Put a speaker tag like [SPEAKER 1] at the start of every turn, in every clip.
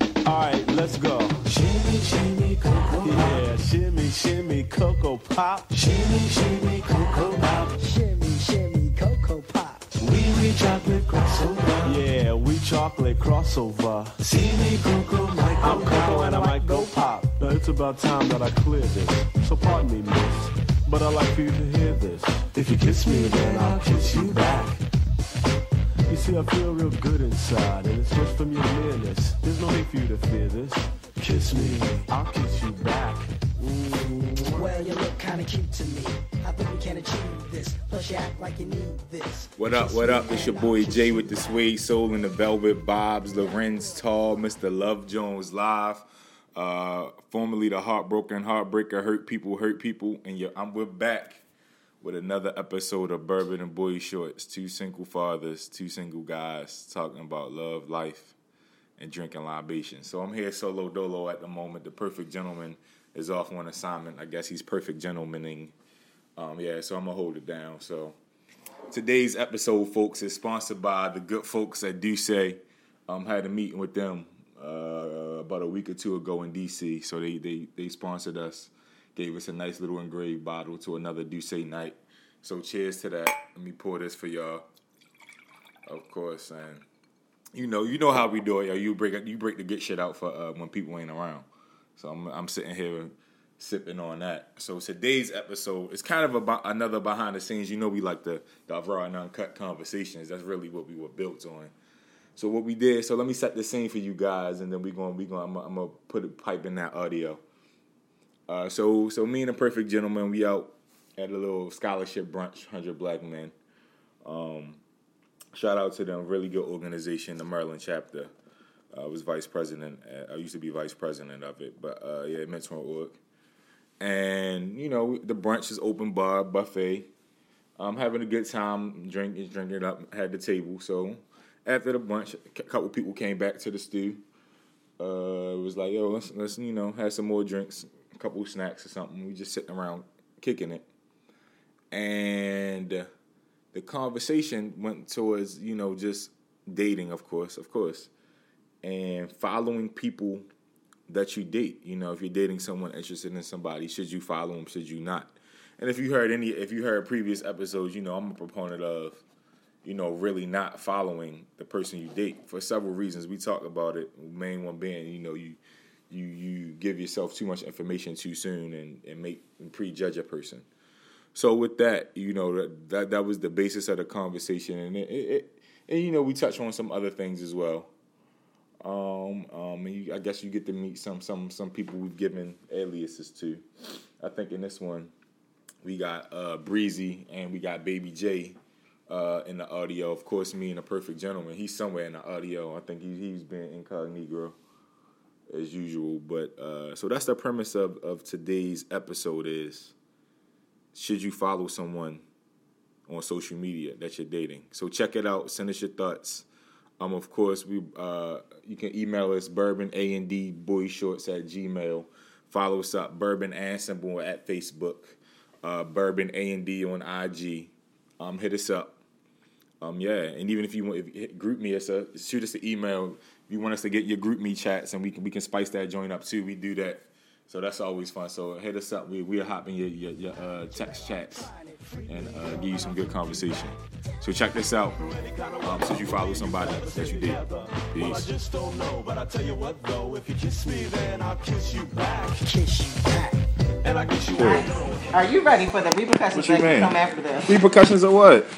[SPEAKER 1] All right, let's go.
[SPEAKER 2] Shimmy, shimmy, cocoa pop.
[SPEAKER 1] Yeah, shimmy, shimmy, cocoa pop.
[SPEAKER 2] Shimmy, shimmy, cocoa pop.
[SPEAKER 3] Shimmy, shimmy, Cocoa Pop.
[SPEAKER 2] Wee wee chocolate crossover.
[SPEAKER 1] Yeah, we chocolate crossover.
[SPEAKER 2] See me cocoa, my
[SPEAKER 1] I'm Coco
[SPEAKER 2] cocoa.
[SPEAKER 1] and I might go pop. Now it's about time that I clear this. So pardon me, miss, but I'd like for you to hear this.
[SPEAKER 2] If you kiss me, then I'll kiss you back.
[SPEAKER 1] You see, I feel real good inside, and it's just from your nearness. There's no need for you to fear this.
[SPEAKER 2] Kiss me.
[SPEAKER 1] I'll kiss you back.
[SPEAKER 3] Well, you look kinda cute to me. I think we can achieve this. Plus, you act like you need this.
[SPEAKER 4] What up, what up? It's your boy Jay with the Suede Soul and the Velvet Bobs, Lorenz Tall, Mr. Love Jones Live, uh, formerly the Heartbroken Heartbreaker, Hurt People, Hurt People, and you I'm we're back with another episode of Bourbon and Boy Shorts. Two single fathers, two single guys talking about love, life, and drinking libation. So I'm here solo dolo at the moment. The perfect gentleman is off on assignment. I guess he's perfect gentlemaning. Um, yeah, so I'm gonna hold it down. So Today's episode, folks, is sponsored by the good folks at Duce. Um, had a meeting with them uh, about a week or two ago in DC. So they they they sponsored us, gave us a nice little engraved bottle to another Duce night. So cheers to that. Let me pour this for y'all. Of course, and you know you know how we do it. Yo. You break you break the good shit out for uh, when people ain't around. So I'm I'm sitting here sipping on that. So today's episode is kind of about another behind the scenes. You know, we like the the raw and uncut conversations. That's really what we were built on. So what we did. So let me set the scene for you guys, and then we going we going. I'm, gonna- I'm gonna put a pipe in that audio. Uh, so so me and the perfect gentleman, we out at a little scholarship brunch, hundred black men. Um, Shout out to them, really good organization, the Maryland chapter. Uh, I was vice president. uh, I used to be vice president of it, but uh, yeah, mentoring org. And you know, the brunch is open bar buffet. I'm having a good time, drinking, drinking up. Had the table. So after the brunch, a couple people came back to the stew. Uh, it was like, yo, let's let's you know, have some more drinks, a couple snacks or something. We just sitting around kicking it, and. uh, the conversation went towards you know just dating of course of course and following people that you date you know if you're dating someone interested in somebody should you follow them should you not and if you heard any if you heard previous episodes you know i'm a proponent of you know really not following the person you date for several reasons we talk about it main one being you know you you you give yourself too much information too soon and and make and prejudge a person so with that, you know that that, that was the basis of the conversation, and it, it, it and you know we touched on some other things as well. Um, um, and you, I guess you get to meet some some some people we've given aliases to. I think in this one, we got uh, Breezy and we got Baby J uh, in the audio. Of course, me and the Perfect Gentleman. He's somewhere in the audio. I think he, he's been incognito as usual. But uh, so that's the premise of of today's episode is should you follow someone on social media that you're dating? So check it out. Send us your thoughts. Um, of course, we uh, you can email us bourbon a and d boy shorts at gmail. Follow us up bourbon and symbol at Facebook, uh, bourbon a and d on IG. Um, hit us up. Um, yeah, and even if you want, if hit group me, us a shoot us an email. If you want us to get your group me chats, and we can we can spice that joint up too. We do that, so that's always fun. So hit us up. We we'll hop in your your, your uh, text chats and uh, give you some good conversation. So check this out. Um, since you follow somebody that you did,
[SPEAKER 1] Well, I
[SPEAKER 4] peace.
[SPEAKER 1] just don't know, but I tell you what though, if you kiss me, then I'll kiss you back,
[SPEAKER 3] Kiss you back.
[SPEAKER 1] and I kiss you back.
[SPEAKER 5] Are you ready for the
[SPEAKER 4] What
[SPEAKER 5] repercussions
[SPEAKER 4] you
[SPEAKER 5] that
[SPEAKER 4] mean?
[SPEAKER 5] can come after this?
[SPEAKER 4] Repercussions of what?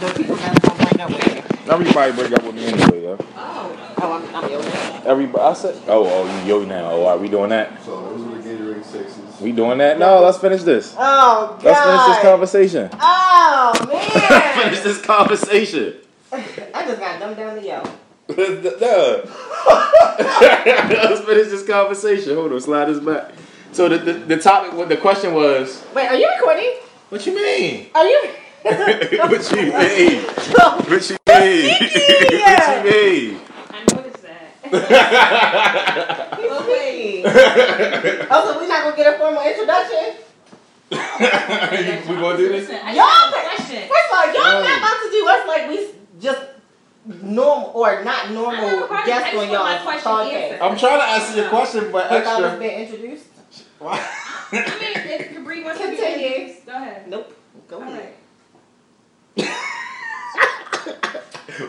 [SPEAKER 5] The people that's gonna bring up with you.
[SPEAKER 4] Everybody break up with me anyway, yo.
[SPEAKER 5] Oh, oh, I'm, I'm yours.
[SPEAKER 4] Everybody, I said, oh, oh, you yo now. Oh, are we doing that?
[SPEAKER 6] So those were the Gatorade sixes.
[SPEAKER 4] We doing that? No, let's finish this.
[SPEAKER 5] Oh God.
[SPEAKER 4] Let's finish this conversation.
[SPEAKER 5] Oh man.
[SPEAKER 4] Finish this conversation.
[SPEAKER 5] I just got dumbed down to yo.
[SPEAKER 4] Duh. Let's finish this conversation. Hold on, slide this back. So the, the, the topic, what the question was,
[SPEAKER 5] Wait, are you recording?
[SPEAKER 4] what you mean?
[SPEAKER 5] Are you?
[SPEAKER 4] what you mean?
[SPEAKER 5] So-
[SPEAKER 4] What you mean? what you mean?
[SPEAKER 7] I noticed that.
[SPEAKER 5] He's waiting. oh, so we're not gonna get a formal introduction.
[SPEAKER 4] we gonna do this?
[SPEAKER 7] Listen, I
[SPEAKER 5] Y'all
[SPEAKER 7] just have a
[SPEAKER 5] pick-
[SPEAKER 7] question.
[SPEAKER 5] First of all, y'all not about to do us like we s- just normal or not
[SPEAKER 7] I have
[SPEAKER 5] normal
[SPEAKER 7] a question. I
[SPEAKER 5] guest on
[SPEAKER 7] just want
[SPEAKER 5] y'all
[SPEAKER 7] my question
[SPEAKER 5] podcast.
[SPEAKER 7] answered.
[SPEAKER 4] I'm trying to answer your question, but
[SPEAKER 5] If I was
[SPEAKER 4] extra.
[SPEAKER 5] being introduced,
[SPEAKER 4] Why?
[SPEAKER 7] I mean, if Capri wants to be
[SPEAKER 5] Continue.
[SPEAKER 7] introduced, go ahead.
[SPEAKER 5] nope. Go
[SPEAKER 7] All
[SPEAKER 5] ahead.
[SPEAKER 7] right.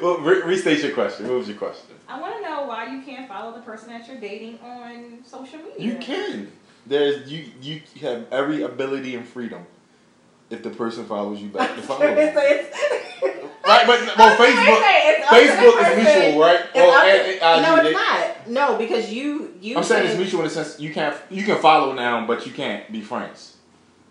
[SPEAKER 4] well, re- restate your question. What was your question?
[SPEAKER 7] I want to know why you can't follow the person that you're dating on social media.
[SPEAKER 4] You can. There's you. You have every ability and freedom. If the person follows you back, to follow.
[SPEAKER 5] so
[SPEAKER 4] them.
[SPEAKER 5] it's,
[SPEAKER 4] Right, but well, Facebook.
[SPEAKER 5] it's up to the
[SPEAKER 4] Facebook is
[SPEAKER 5] person.
[SPEAKER 4] mutual, right?
[SPEAKER 5] It's
[SPEAKER 4] Well,
[SPEAKER 5] up to-
[SPEAKER 4] and- and I
[SPEAKER 5] no,
[SPEAKER 4] do it.
[SPEAKER 5] it's not. No, because you you.
[SPEAKER 4] I'm saying it's
[SPEAKER 5] can-
[SPEAKER 4] mutual in the sense you can you can follow now, but you can't be friends.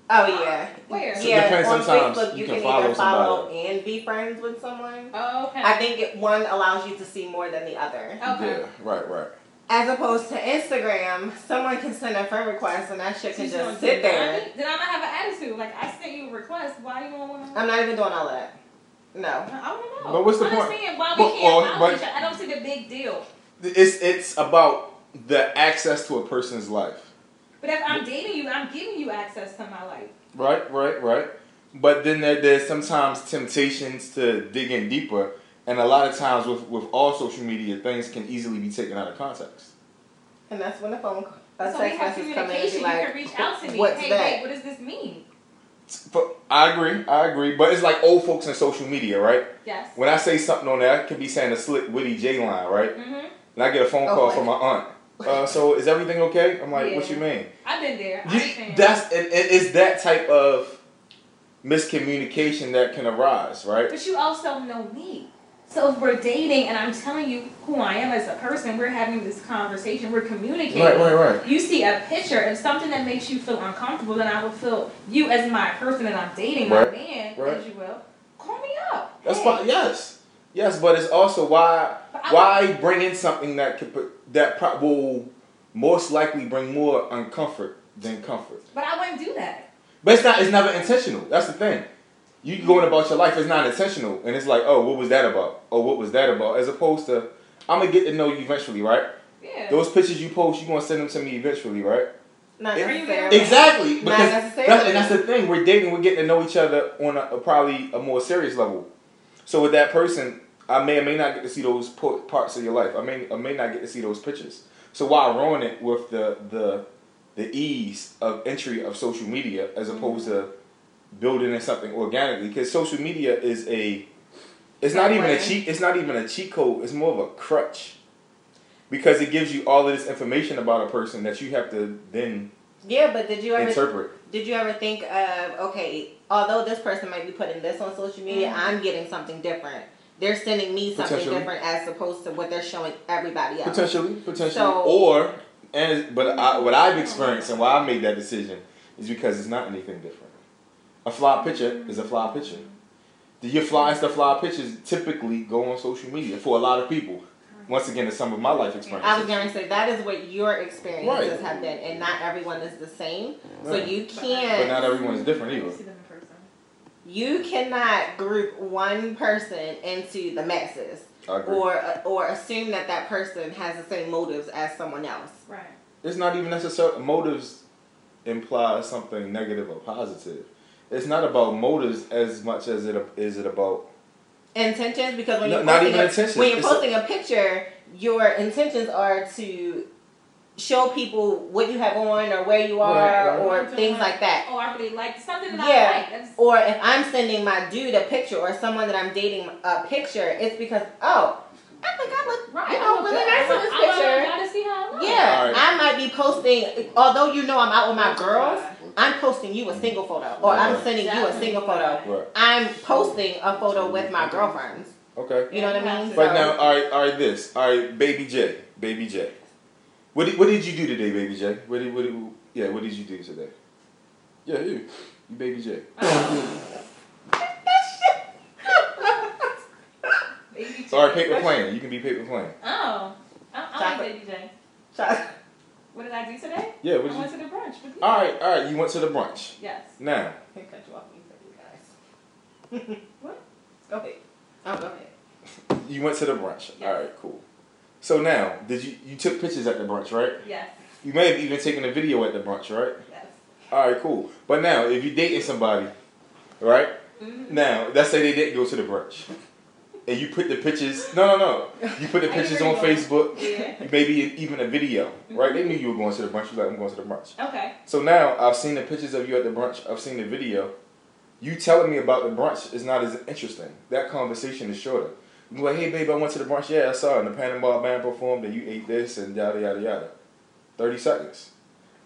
[SPEAKER 5] Oh yeah.
[SPEAKER 7] Where?
[SPEAKER 4] So
[SPEAKER 5] Yeah,
[SPEAKER 4] depends
[SPEAKER 5] on
[SPEAKER 4] sometimes.
[SPEAKER 5] Facebook
[SPEAKER 4] You
[SPEAKER 5] you,
[SPEAKER 4] can
[SPEAKER 5] can,
[SPEAKER 4] follow
[SPEAKER 5] either follow and be friends with someone.
[SPEAKER 7] Oh, okay.
[SPEAKER 5] I think it, one allows you to see more than the other.
[SPEAKER 7] Okay.
[SPEAKER 4] Yeah, right, right.
[SPEAKER 5] As opposed to Instagram, someone can send a friend request and that shit can
[SPEAKER 7] She's gonna
[SPEAKER 5] just
[SPEAKER 7] do
[SPEAKER 5] sit
[SPEAKER 7] that.
[SPEAKER 5] there.
[SPEAKER 7] Then I'm gonna have an attitude. Like I sent you a request. Why you want to?
[SPEAKER 5] I'm not even doing all of that. No.
[SPEAKER 7] I don't know.
[SPEAKER 4] But what's the
[SPEAKER 7] I
[SPEAKER 4] point?
[SPEAKER 7] Understand why we
[SPEAKER 4] But-
[SPEAKER 7] can't
[SPEAKER 4] or-
[SPEAKER 7] follow
[SPEAKER 4] but-
[SPEAKER 7] each other. I don't see the big deal.
[SPEAKER 4] It's it's about the access to a person's life.
[SPEAKER 7] But if I'm dating you, I'm giving you access to my life.
[SPEAKER 4] Right, right, right. But then there, there's sometimes temptations to dig in deeper, and a lot of times with with all social media, things can easily be taken out of context.
[SPEAKER 5] And that's when the phone c- a
[SPEAKER 7] so we
[SPEAKER 5] text
[SPEAKER 7] have
[SPEAKER 5] message come in and
[SPEAKER 7] communication.
[SPEAKER 5] be
[SPEAKER 7] You
[SPEAKER 5] like,
[SPEAKER 7] can reach out to me.
[SPEAKER 5] "What's
[SPEAKER 7] hey,
[SPEAKER 5] that?"
[SPEAKER 7] babe, what does this mean?
[SPEAKER 4] But I agree, I agree. But it's like old folks in social media, right?
[SPEAKER 7] Yes.
[SPEAKER 4] When I say something on there, I could be saying a slick, witty J line, right?
[SPEAKER 7] Mm-hmm.
[SPEAKER 4] And I get a phone
[SPEAKER 5] Oh,
[SPEAKER 4] call
[SPEAKER 5] my
[SPEAKER 4] from my aunt. Uh, so is everything okay? I'm like, what
[SPEAKER 7] Yeah.
[SPEAKER 4] you mean?
[SPEAKER 7] I've been there. I
[SPEAKER 4] You-
[SPEAKER 7] understand.
[SPEAKER 4] that's it, it- it's that type of miscommunication that can arise, right?
[SPEAKER 7] But you also know me. So if we're dating and I'm telling you who I am as a person, we're having this conversation, we're communicating.
[SPEAKER 4] Right, right, right.
[SPEAKER 7] You see a picture of something that makes you feel uncomfortable, then I will feel you as my person that I'm dating,
[SPEAKER 4] Right,
[SPEAKER 7] my man,
[SPEAKER 4] right.
[SPEAKER 7] as you will. Call me up.
[SPEAKER 4] That's
[SPEAKER 7] Hey.
[SPEAKER 4] fine. Yes, yes, but it's also why
[SPEAKER 7] But I-
[SPEAKER 4] why bring in something that could put, that pro- will most likely bring more uncomfort than comfort.
[SPEAKER 7] But I wouldn't do that.
[SPEAKER 4] But it's not. It's never intentional. That's the thing. You going about your life. It's not intentional, and it's like, oh, what was that about? Oh, what was that about? As opposed to, I'm gonna get to know you eventually, right?
[SPEAKER 7] Yeah.
[SPEAKER 4] Those pictures you post, you gonna send them to me eventually, right?
[SPEAKER 5] Not
[SPEAKER 4] It-
[SPEAKER 5] necessarily.
[SPEAKER 4] Exactly.
[SPEAKER 5] Not
[SPEAKER 4] Because that's,
[SPEAKER 5] necessarily.
[SPEAKER 4] and that's the thing. We're dating. We're getting to know each other on a, a probably a more serious level. So with that person, I may or may not get to see those po- parts of your life. I may I may not get to see those pictures. So why ruin it with the the the ease of entry of social media as
[SPEAKER 5] Mm-hmm.
[SPEAKER 4] opposed to building in something organically? Because social media is a it's not even a
[SPEAKER 5] Right.
[SPEAKER 4] cheat. It's not even a cheat code. It's more of a crutch. Because it gives you all of this information about a person that you have to then
[SPEAKER 5] Yeah, but did you ever
[SPEAKER 4] interpret.
[SPEAKER 5] did you ever think of okay, although this person might be putting this on social media, I'm getting something different. They're sending me something
[SPEAKER 4] Potentially.
[SPEAKER 5] different as opposed to what they're showing everybody else.
[SPEAKER 4] Potentially, potentially,
[SPEAKER 5] So-
[SPEAKER 4] or and but I, what I've experienced and why I made that decision is because it's not anything different. A fly picture is a fly picture. The- Your flies, the fly pictures typically go on social media for a lot of people. Once again, it's some of my life
[SPEAKER 5] I was
[SPEAKER 4] experiences.
[SPEAKER 5] going to say that is what your experiences
[SPEAKER 4] Right.
[SPEAKER 5] have been, and not everyone is the same. So
[SPEAKER 4] Right.
[SPEAKER 5] you
[SPEAKER 4] But
[SPEAKER 5] can't,
[SPEAKER 4] not everyone is different
[SPEAKER 7] You
[SPEAKER 4] either.
[SPEAKER 7] see them in person.
[SPEAKER 5] you cannot group one person into the masses,
[SPEAKER 4] I agree.
[SPEAKER 5] or or assume that that person has the same motives as someone else.
[SPEAKER 7] Right.
[SPEAKER 4] it's not even necessary. Motives imply something negative or positive. It's not about motives as much as it is it about
[SPEAKER 5] Intentions, because when
[SPEAKER 4] No,
[SPEAKER 5] you're
[SPEAKER 4] not
[SPEAKER 5] posting
[SPEAKER 4] even
[SPEAKER 5] a,
[SPEAKER 4] intentions.
[SPEAKER 5] when you're
[SPEAKER 4] It's a-
[SPEAKER 5] posting a picture, your intentions are to show people what you have on or where you are
[SPEAKER 4] Right, right.
[SPEAKER 5] or things like that.
[SPEAKER 7] Oh, I really like something that
[SPEAKER 5] Yeah. Oh,
[SPEAKER 7] I like. That's,
[SPEAKER 5] Or if I'm sending my dude a picture or someone that I'm dating a picture, it's because, oh, I think I look,
[SPEAKER 7] right.
[SPEAKER 5] you
[SPEAKER 7] I
[SPEAKER 5] know,
[SPEAKER 7] look
[SPEAKER 5] really
[SPEAKER 7] good.
[SPEAKER 5] nice
[SPEAKER 7] I
[SPEAKER 5] in
[SPEAKER 7] want-
[SPEAKER 5] this
[SPEAKER 7] I want
[SPEAKER 5] picture.
[SPEAKER 7] y'all to see how I look.
[SPEAKER 5] Yeah,
[SPEAKER 4] Alright.
[SPEAKER 5] I might be posting, although you know I'm out with my girls, I'm posting you a single photo or I'm
[SPEAKER 4] Right.
[SPEAKER 5] sending you a single photo.
[SPEAKER 4] right.
[SPEAKER 5] I'm posting a photo with my girlfriends.
[SPEAKER 4] Okay.
[SPEAKER 5] You know what I mean?
[SPEAKER 4] But
[SPEAKER 5] So-
[SPEAKER 4] now, all right, all right, this, all right, baby J, baby J. What did, what did you do today, baby J? What did, what did, yeah, what did you do today? Yeah, you, you baby J.
[SPEAKER 7] Baby J.
[SPEAKER 4] All right, paper plane. You can be paper plane.
[SPEAKER 7] Oh. I, I like
[SPEAKER 5] Chocolate.
[SPEAKER 7] Baby J.
[SPEAKER 5] Child-
[SPEAKER 7] What did I do today?
[SPEAKER 4] Yeah,
[SPEAKER 7] I
[SPEAKER 4] what did
[SPEAKER 7] went
[SPEAKER 4] you? Ah.
[SPEAKER 7] to the brunch with you.
[SPEAKER 4] All right, all right. You went to the brunch.
[SPEAKER 7] Yes.
[SPEAKER 4] Now,
[SPEAKER 5] I cut you off when you said you guys.
[SPEAKER 7] What?
[SPEAKER 5] Go ahead. Oh, go ahead.
[SPEAKER 4] you went to the brunch.
[SPEAKER 7] Yes.
[SPEAKER 4] All right, cool. So now, did you you took pictures at the brunch, right?
[SPEAKER 7] Yes.
[SPEAKER 4] You may have even taken a video at the brunch, right?
[SPEAKER 7] Yes.
[SPEAKER 4] All right, cool. But now, if you're dating somebody, right?
[SPEAKER 7] Mhm.
[SPEAKER 4] Now, let's say they didn't go to the brunch. and you put the pictures. No, no, no. You put the
[SPEAKER 7] I get
[SPEAKER 4] pictures
[SPEAKER 7] where
[SPEAKER 4] on
[SPEAKER 7] you're going.
[SPEAKER 4] Facebook.
[SPEAKER 7] Yeah.
[SPEAKER 4] Maybe even a video, right? They knew you were going to the brunch. You like, I'm going to the brunch.
[SPEAKER 7] Okay.
[SPEAKER 4] So now I've seen the pictures of you at the brunch. I've seen the video. You telling me about the brunch is not as interesting. That conversation is shorter. You like, hey babe, I went to the brunch. Yeah, I saw it. And the Panama band performed, and you ate this, and yada yada yada. Thirty seconds,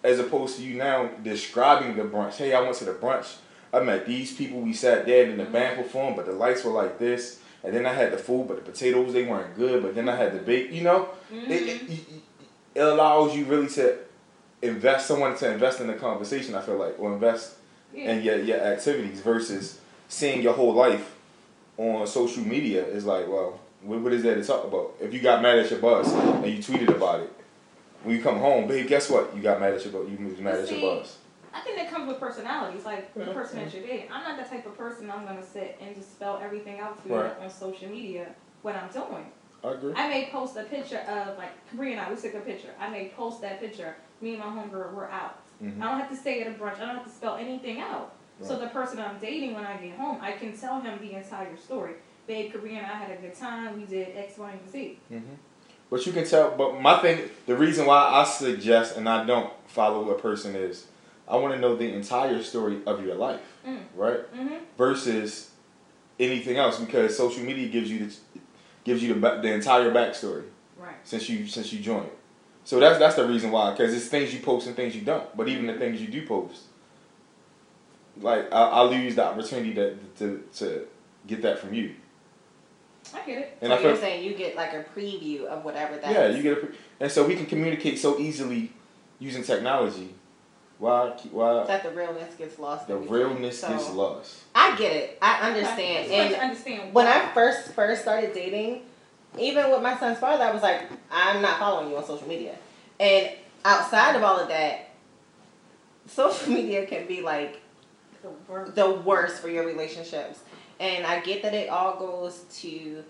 [SPEAKER 4] as opposed to you now describing the brunch. Hey, I went to the brunch. I met these people. We sat there, and then the band performed, but the lights were like this. And then I had the food, but the potatoes they weren't good. But then I had the bake. You know,
[SPEAKER 7] Mm-hmm.
[SPEAKER 4] it, it, it- it allows you really to invest someone to invest in the conversation. I feel like or invest
[SPEAKER 7] Yeah.
[SPEAKER 4] in your your activities versus seeing your whole life on social media is like, well, what, what is there to talk about? If you got mad at your boss and you tweeted about it, when you come home, babe, guess what? You got mad at your boss. You was mad at
[SPEAKER 7] See,
[SPEAKER 4] your boss.
[SPEAKER 7] I think that comes with personalities, like the person that you're dating. I'm not the type of person I'm gonna sit and just spell everything out for
[SPEAKER 4] Right.
[SPEAKER 7] you on social media what I'm doing.
[SPEAKER 4] I agree.
[SPEAKER 7] I may post a picture of like Capri and I, we took a picture. I may post that picture. Me and my homegirl were out.
[SPEAKER 4] Mhm.
[SPEAKER 7] I don't have to stay at a brunch. I don't have to spell anything out. So
[SPEAKER 4] Right.
[SPEAKER 7] the person I'm dating when I get home, I can tell him the entire story. Babe, Capri and I had a good time. We did X, Y, and Z.
[SPEAKER 4] Mm-hmm. But you can tell. But my thing, the reason why I suggest and I don't follow a person is, I want to know the entire story of your life,
[SPEAKER 7] Mm.
[SPEAKER 4] right?
[SPEAKER 7] Mm-hmm.
[SPEAKER 4] versus anything else because social media gives you the gives you the, ba- the entire backstory
[SPEAKER 7] Right.
[SPEAKER 4] since you since you joined. So that's that's the reason why because it's things you post and things you don't. But even the things you do post, like I, I lose the opportunity to, to to get that from you.
[SPEAKER 7] I get it.
[SPEAKER 4] And
[SPEAKER 5] so
[SPEAKER 4] I
[SPEAKER 5] you're
[SPEAKER 4] feel,
[SPEAKER 5] saying you get like a preview of whatever that
[SPEAKER 4] yeah,
[SPEAKER 5] is.
[SPEAKER 4] you get a, pre- and so we can communicate so easily using technology. Why keep- why
[SPEAKER 5] that the realness gets lost.
[SPEAKER 4] the
[SPEAKER 5] in between.
[SPEAKER 4] realness
[SPEAKER 5] So,
[SPEAKER 4] gets lost?
[SPEAKER 5] I get it. I understand.
[SPEAKER 7] Okay.
[SPEAKER 5] And
[SPEAKER 7] Just understand
[SPEAKER 5] when
[SPEAKER 7] why.
[SPEAKER 5] I first first started dating, even with my son's father, I was like, I'm not following you on social media. And outside of all of that, social media can be like
[SPEAKER 7] The work.
[SPEAKER 5] the worst for your relationships. And I get that it all goes to,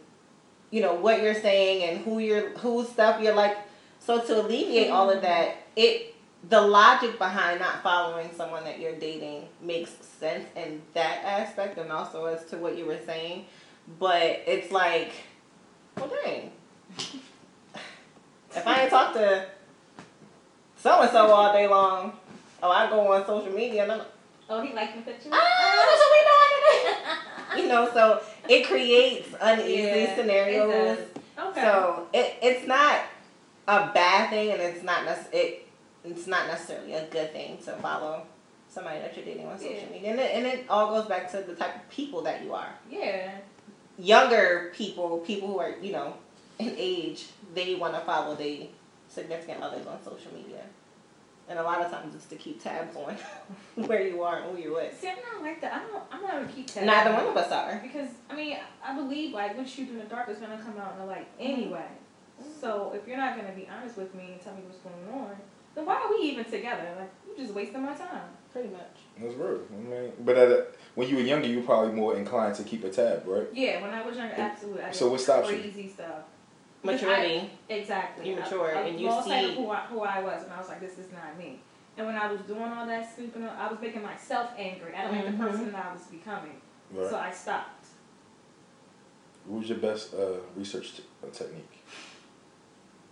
[SPEAKER 5] you know, what you're saying and who you're, whose stuff you're like. So to alleviate all of that, it the logic behind not following someone that you're dating makes sense in that aspect, and also as to what you were saying. But it's like, well, dang, if I ain't talked to so and so all day long, oh, I go on social media and I'm
[SPEAKER 7] Oh, he liked the picture.
[SPEAKER 5] Ah, you know, so it creates uneasy
[SPEAKER 7] Yeah,
[SPEAKER 5] scenarios.
[SPEAKER 7] it does. Okay.
[SPEAKER 5] So it, it's not a bad thing, and it's not nec- it, it's not necessarily a good thing to follow somebody that you're dating on social
[SPEAKER 7] Yeah.
[SPEAKER 5] media, and it, and it all goes back to the type of people that you are.
[SPEAKER 7] yeah.
[SPEAKER 5] Younger people, people who are you know in age, they want to follow their significant others on social media. And a lot of times it's to keep tabs on where you are and who you're with.
[SPEAKER 7] See, I'm not like that. I don't. I'm not gonna keep that.
[SPEAKER 5] Neither one of us are.
[SPEAKER 7] Because I mean, I believe like what you do in the dark is gonna come out in the light anyway.
[SPEAKER 5] Mm-hmm.
[SPEAKER 7] So if you're not gonna be honest with me and tell me what's going on, then why are we even together? Like you're just wasting my time.
[SPEAKER 5] Pretty much.
[SPEAKER 4] That's real. I mean, but at a, when you were younger, you were probably more inclined to keep a tab, right?
[SPEAKER 7] Yeah, when I was younger, absolutely. I
[SPEAKER 4] Mm. So
[SPEAKER 7] did
[SPEAKER 4] what stops you?
[SPEAKER 7] crazy stuff.
[SPEAKER 5] Maturity.
[SPEAKER 7] Exactly.
[SPEAKER 5] You mature
[SPEAKER 7] I, I
[SPEAKER 5] and you
[SPEAKER 7] lost sight of
[SPEAKER 5] see-
[SPEAKER 7] who I, who I was, and I was like, this is not me. And when I was doing all that sleeping, I was making myself angry. I don't like
[SPEAKER 5] Mhm.
[SPEAKER 7] the person that I was becoming,
[SPEAKER 4] Right.
[SPEAKER 7] so I stopped.
[SPEAKER 4] What was your best uh, research t- uh, technique?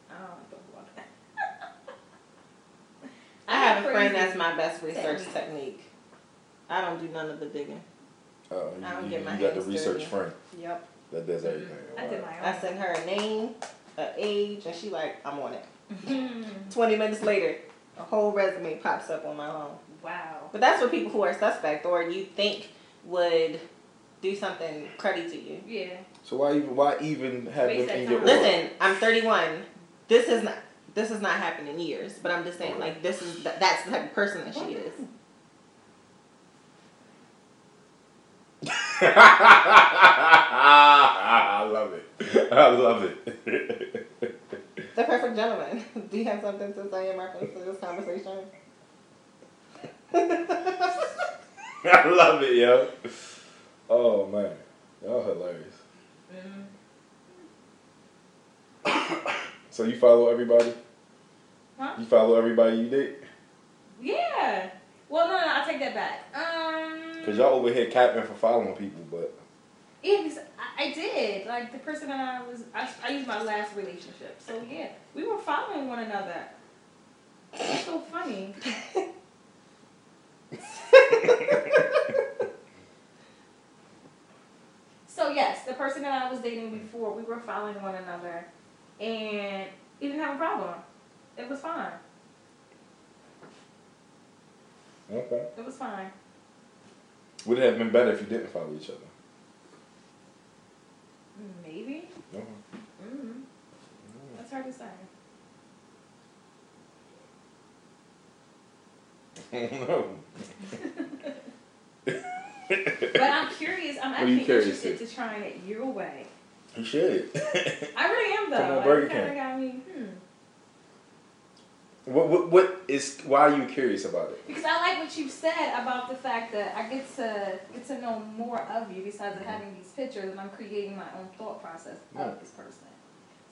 [SPEAKER 7] I don't like the whole of that.
[SPEAKER 5] I have a
[SPEAKER 7] Crazy.
[SPEAKER 5] friend that's my best research
[SPEAKER 7] Technique.
[SPEAKER 5] technique. I don't do none of the digging.
[SPEAKER 4] Uh, you,
[SPEAKER 5] I don't
[SPEAKER 4] you-
[SPEAKER 5] get my
[SPEAKER 4] you got the
[SPEAKER 5] hands
[SPEAKER 4] research
[SPEAKER 5] dirty.
[SPEAKER 4] friend
[SPEAKER 5] Yep.
[SPEAKER 4] that does everything.
[SPEAKER 7] Mm-hmm. I did my own.
[SPEAKER 5] I send her a name, a age, and she like, I'm on it.
[SPEAKER 7] Mhm.
[SPEAKER 5] Twenty minutes later, a whole resume pops up on my own.
[SPEAKER 7] wow.
[SPEAKER 5] But that's what people who are suspect or you think would do something cruddy to you.
[SPEAKER 7] Yeah.
[SPEAKER 4] So why even why even have them
[SPEAKER 7] Waste that
[SPEAKER 4] in your
[SPEAKER 7] time.
[SPEAKER 4] aura?
[SPEAKER 5] Listen, I'm 31. This is not this has not happened in years, but I'm just saying like this is th- that's the type of person that she is.
[SPEAKER 4] I love it. I love it.
[SPEAKER 5] The perfect gentleman. Do you have something to say in reference to this conversation?
[SPEAKER 4] I love it, yo. Oh man, y'all hilarious.
[SPEAKER 7] Mm. Mm-hmm.
[SPEAKER 4] So you follow everybody?
[SPEAKER 7] Huh?
[SPEAKER 4] You follow everybody you date?
[SPEAKER 7] Yeah. Well, no, no, I take that back. Um.
[SPEAKER 4] Cause y'all over here capping for following people, but
[SPEAKER 7] Yeah, because I, I did. Like the person that I was, I, I used my last relationship. So yeah, we were following one another. That's so funny. so yes, the person that I was dating before, we were following one another, and we didn't have a problem. It was fine.
[SPEAKER 4] Okay.
[SPEAKER 7] It was fine.
[SPEAKER 4] Would it have been better if you didn't follow each other?
[SPEAKER 7] Maybe.
[SPEAKER 4] Okay.
[SPEAKER 7] Mm-hmm.
[SPEAKER 4] Mm.
[SPEAKER 7] That's hard to say.
[SPEAKER 4] no.
[SPEAKER 7] But I'm curious. I'm
[SPEAKER 4] are you
[SPEAKER 7] actually
[SPEAKER 4] curious
[SPEAKER 7] interested to trying it your way.
[SPEAKER 4] You should.
[SPEAKER 7] I really am though.
[SPEAKER 4] Come on,
[SPEAKER 7] Like,
[SPEAKER 4] Burger
[SPEAKER 7] it kinda
[SPEAKER 4] King.
[SPEAKER 7] got me, hmm.
[SPEAKER 4] what, what what is why are you curious about it?
[SPEAKER 7] Because I like what you said about the fact that I get to get to know more of you besides of having these pictures, and I'm creating my own thought process
[SPEAKER 4] Right.
[SPEAKER 7] of this person.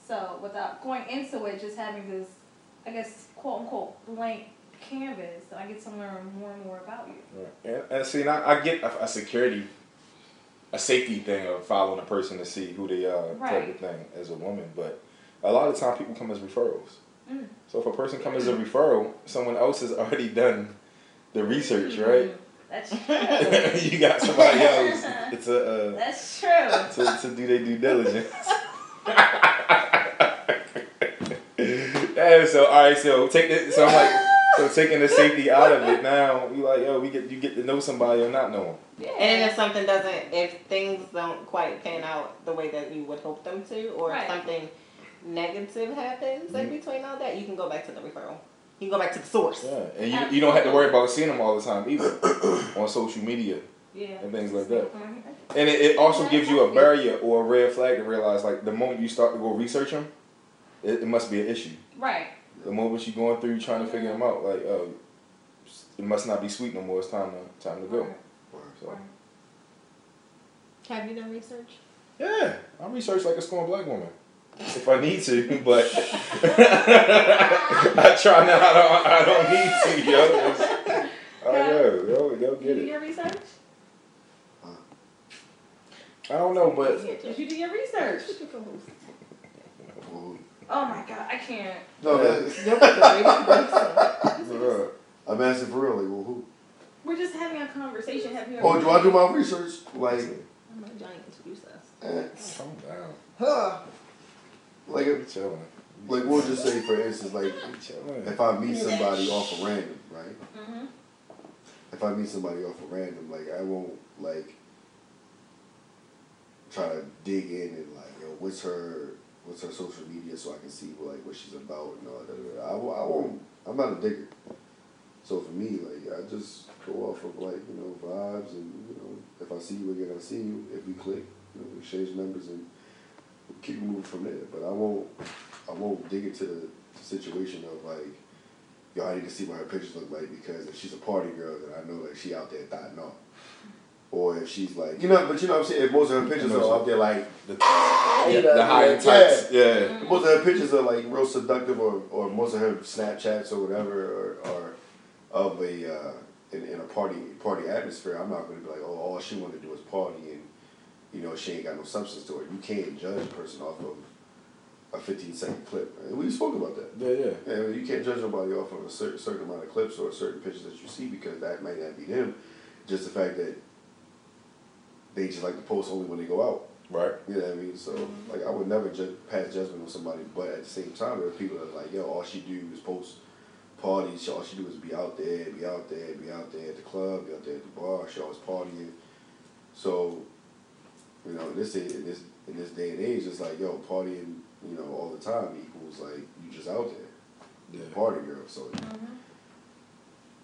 [SPEAKER 7] So without going into it, just having this, I guess, quote unquote, blank canvas, so I get to learn more and more about you.
[SPEAKER 4] Right. And, and see, and I, I get a, a security, a safety thing of following a person to see who they are, type
[SPEAKER 7] Right.
[SPEAKER 4] of thing, as a woman. But a lot of time, people come as referrals.
[SPEAKER 7] Mm.
[SPEAKER 4] So if a person comes as a referral, someone else has already done the research, right?
[SPEAKER 7] That's true.
[SPEAKER 4] you got somebody else. It's a uh,
[SPEAKER 7] That's true.
[SPEAKER 4] to, to do their due diligence. yeah, so all right, so take the, so I'm like so taking the safety out of it now. We like yo, we get you get to know somebody or not know them.
[SPEAKER 7] Yeah.
[SPEAKER 5] And then if something doesn't, if things don't quite pan out the way that you would hope them to, or
[SPEAKER 7] Right.
[SPEAKER 5] if something negative happens in between all that, you can go back to the referral. You can go back to the source.
[SPEAKER 4] Yeah, and you, you don't have to worry about seeing them all the time either on social media
[SPEAKER 7] yeah.
[SPEAKER 4] and things like that. And it, it also gives you a barrier or a red flag to realize like the moment you start to go research them, it, it must be an issue.
[SPEAKER 7] Right.
[SPEAKER 4] The moment you're going through trying to figure them out, like oh, it must not be sweet no more. It's time to time to go. So.
[SPEAKER 5] Have you done research?
[SPEAKER 4] Yeah, I research like a scorned black woman. If I need to, but I try not. I don't, I don't need to, Oh, yo. It's- I don't know, yo, yo,
[SPEAKER 7] Did
[SPEAKER 4] get
[SPEAKER 7] you do
[SPEAKER 4] it.
[SPEAKER 7] your research?
[SPEAKER 4] I don't know, but
[SPEAKER 7] Did you do your research? Oh my god, I can't.
[SPEAKER 8] No, that,
[SPEAKER 4] uh,
[SPEAKER 8] I'm asking for real. Like, well, who?
[SPEAKER 7] We're just having a conversation. Have you?
[SPEAKER 8] Oh, do I do my research? Like, eh,
[SPEAKER 4] calm down.
[SPEAKER 8] huh? Like,
[SPEAKER 4] We chilling.
[SPEAKER 8] like we'll just say, for instance, like
[SPEAKER 4] We chilling.
[SPEAKER 8] if I meet somebody off a random, right?
[SPEAKER 7] hmm
[SPEAKER 8] If I meet somebody off a random, like I won't like try to dig in and like, yo, what's her, what's her social media, so I can see like what she's about and all that. I, won't- I won't. I'm not a digger. So for me, like I just go off of like you know vibes and you know if I see you again, I see you. If we click, you know, we exchange numbers and we keep it moving from there. But I won't, I won't dig into the, the situation of like, yo, I need to see what her pictures look like because if she's a party girl, then I know that she out there thotting off. Or if she's like, you know, but you know what I'm saying. If most of her pictures are out there like
[SPEAKER 4] The,
[SPEAKER 8] you
[SPEAKER 4] the
[SPEAKER 8] know,
[SPEAKER 4] higher
[SPEAKER 8] like,
[SPEAKER 4] types.
[SPEAKER 8] yeah.
[SPEAKER 4] Yeah.
[SPEAKER 8] Most of her pictures are like real seductive, or, or most of her Snapchats or whatever are, are of a uh, in, in a party party atmosphere. I'm not gonna be like, oh, all she wanted to do is party, and you know she ain't got no substance to it. You can't judge a person off of a 15 second clip. And we spoke about that.
[SPEAKER 4] Yeah, yeah.
[SPEAKER 8] Yeah, you can't judge nobody off of a certain, certain amount of clips or certain pictures that you see because that might not be them. Just the fact that they just like to post only when they go out.
[SPEAKER 4] Right.
[SPEAKER 8] You know what I mean? So like I would never ju- pass judgment on somebody, but at the same time, there are people that are like, yo, all she do is post parties. She, all she do is be out there, be out there, be out there at the club, be out there at the bar. She always partying. So you know, in this day, in this in this day and age, it's like yo, partying, you know, all the time equals like you just out there
[SPEAKER 4] Yeah.
[SPEAKER 8] party girl. So,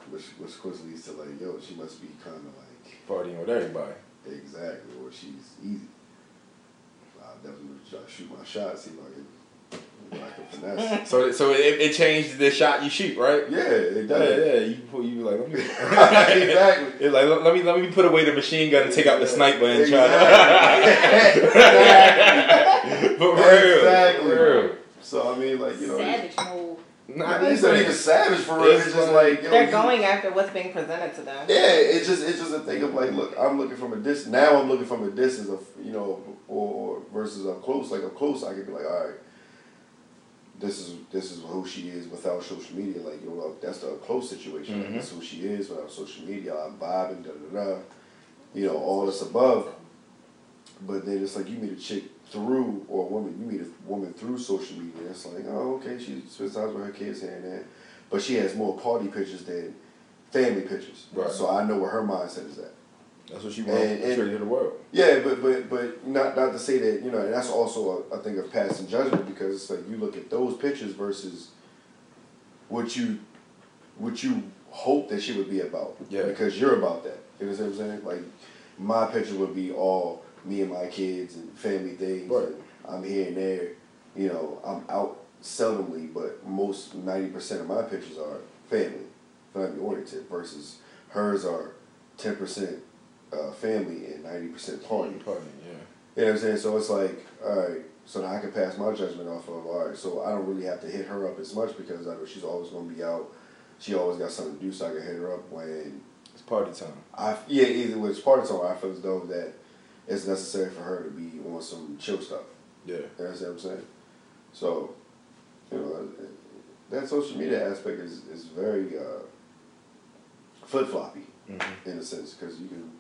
[SPEAKER 8] which which of course leads to like, yo, she must be kind of like
[SPEAKER 4] Partying with everybody.
[SPEAKER 8] exactly, or she's easy. I definitely would try to shoot my shot, see if I can, if I can finesse.
[SPEAKER 4] So, it- so it, it changed the shot you shoot, right?
[SPEAKER 8] yeah, it
[SPEAKER 4] Yeah, yeah.
[SPEAKER 8] does.
[SPEAKER 4] You put, you like let me.
[SPEAKER 8] exactly.
[SPEAKER 4] It's like let me let me put away the machine gun and take out the sniper and
[SPEAKER 8] Exactly.
[SPEAKER 4] try to. but real,
[SPEAKER 8] Exactly.
[SPEAKER 4] real.
[SPEAKER 8] so I mean, like you know,
[SPEAKER 5] Savage mode.
[SPEAKER 4] Not
[SPEAKER 8] Not it's not even savage for real. It's,
[SPEAKER 4] It's
[SPEAKER 8] just
[SPEAKER 4] like-
[SPEAKER 8] like yo,
[SPEAKER 5] They're
[SPEAKER 8] you-
[SPEAKER 5] going after what's being presented to them.
[SPEAKER 8] Yeah, it's just it's just a thing of like, look, I'm looking from a distance. Now I'm looking from a distance of you know, or, or versus up close. Like up close, I could be like, all right, this is this is who she is without social media. Like yo, know, that's the up close situation. Like,
[SPEAKER 4] Mhm.
[SPEAKER 8] this is who she is without social media. I'm vibing, da da da. You know, all this above. But then it's like you meet a chick through or a woman, you meet a woman through social media. It's like, oh, okay, she spends time with her kids here and there, but she has more party pictures than family pictures.
[SPEAKER 4] Right.
[SPEAKER 8] So I know where her mindset is at.
[SPEAKER 4] That's what she wants
[SPEAKER 8] And- and-
[SPEAKER 4] to to the world.
[SPEAKER 8] Yeah, but but but not not to say that you know and that's also a, a thing of passing judgment because it's like you look at those pictures versus what you what you hope that she would be about.
[SPEAKER 4] Yeah.
[SPEAKER 8] Because you're about that. You know what I'm saying? Like my picture would be all me and my kids and family things.
[SPEAKER 4] Right.
[SPEAKER 8] and I'm here and there. You know, I'm out seldomly, but most ninety percent of my pictures are family, family oriented versus hers are ten percent uh, family and ninety percent party.
[SPEAKER 4] Pardon, yeah.
[SPEAKER 8] You know what I'm saying? So it's like, all right, so now I can pass my judgment off of, all right, so I don't really have to hit her up as much because I know she's always going to be out. She always got something to do, so I can hit her up when
[SPEAKER 4] It's party time.
[SPEAKER 8] I, yeah, either which part of time I feel as though that it's necessary for her to be on some chill stuff.
[SPEAKER 4] Yeah.
[SPEAKER 8] You know what I'm saying? So, you know, that social media aspect is, is very uh, flip floppy
[SPEAKER 4] Mm-hmm.
[SPEAKER 8] in a sense because you can